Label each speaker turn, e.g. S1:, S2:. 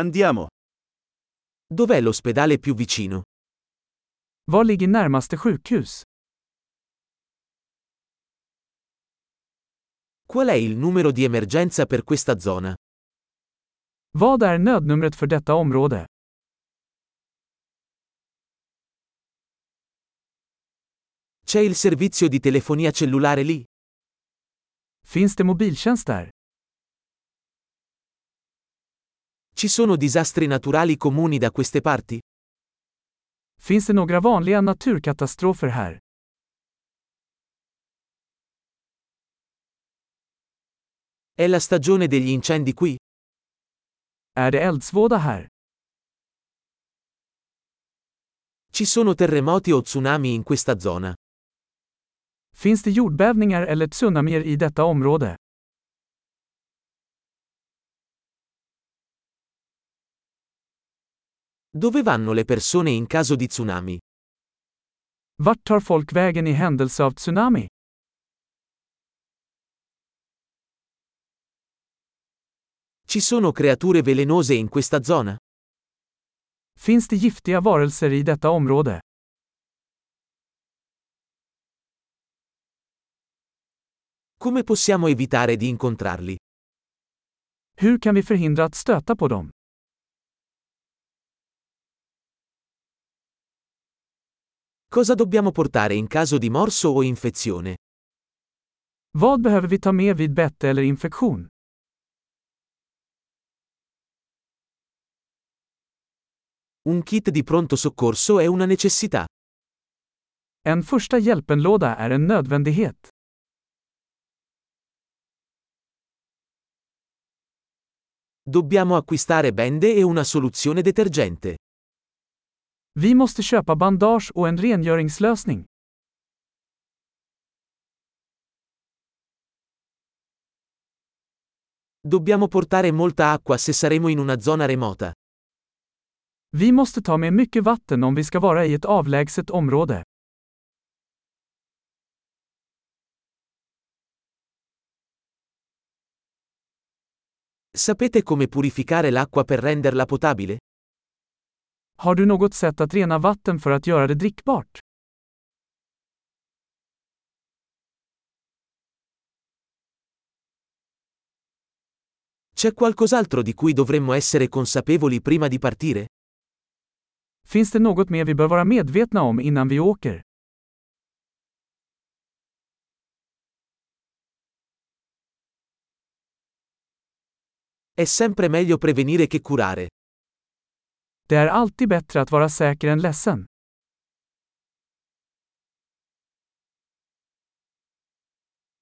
S1: Andiamo. Dov'è l'ospedale più vicino?
S2: Var ligger närmaste sjukhus?
S1: Qual è il numero di emergenza per questa zona?
S2: Vad är nödnumret för detta område?
S1: C'è il servizio di telefonia cellulare lì?
S2: Finns det mobiltjänst där?
S1: Ci sono disastri naturali comuni da queste parti?
S2: Finns det några vanliga naturkatastrofer här?
S1: È la stagione degli incendi qui?
S2: Är det eldsvåda här?
S1: Ci sono terremoti o tsunami in questa zona?
S2: Finns det jordbävningar eller tsunamier i detta område?
S1: Dove vanno le persone in caso di tsunami?
S2: Vart tar folk vägen i händelse av tsunami?
S1: Ci sono creature velenose in questa zona?
S2: Finns det giftiga varelser i detta område?
S1: Come possiamo evitare di incontrarli?
S2: Hur kan vi förhindra att stöta på dem?
S1: Cosa dobbiamo portare in caso di morso o infezione?
S2: Vad behöver vi ta med vid bett eller infektion?
S1: Un kit di pronto soccorso è una necessità.
S2: En första hjälpenlåda är en nödvändighet.
S1: Dobbiamo acquistare bende e una soluzione detergente.
S2: Vi måste köpa bandage och en rengöringslösning.
S1: Dobbiamo portare molta acqua se saremo in una zona remota.
S2: Vi måste ta med mycket vatten om vi ska vara i ett avlägset område.
S1: Sapete come purificare l'acqua per renderla potabile?
S2: Har du något sätt att rena vatten för att göra det drickbart?
S1: C'è qualcos'altro di cui dovremmo essere consapevoli prima di partire?
S2: Finns det något mer vi bör vara medvetna om innan vi åker?
S1: È sempre meglio prevenire che curare.
S2: Det är alltid bättre att vara säker än ledsen.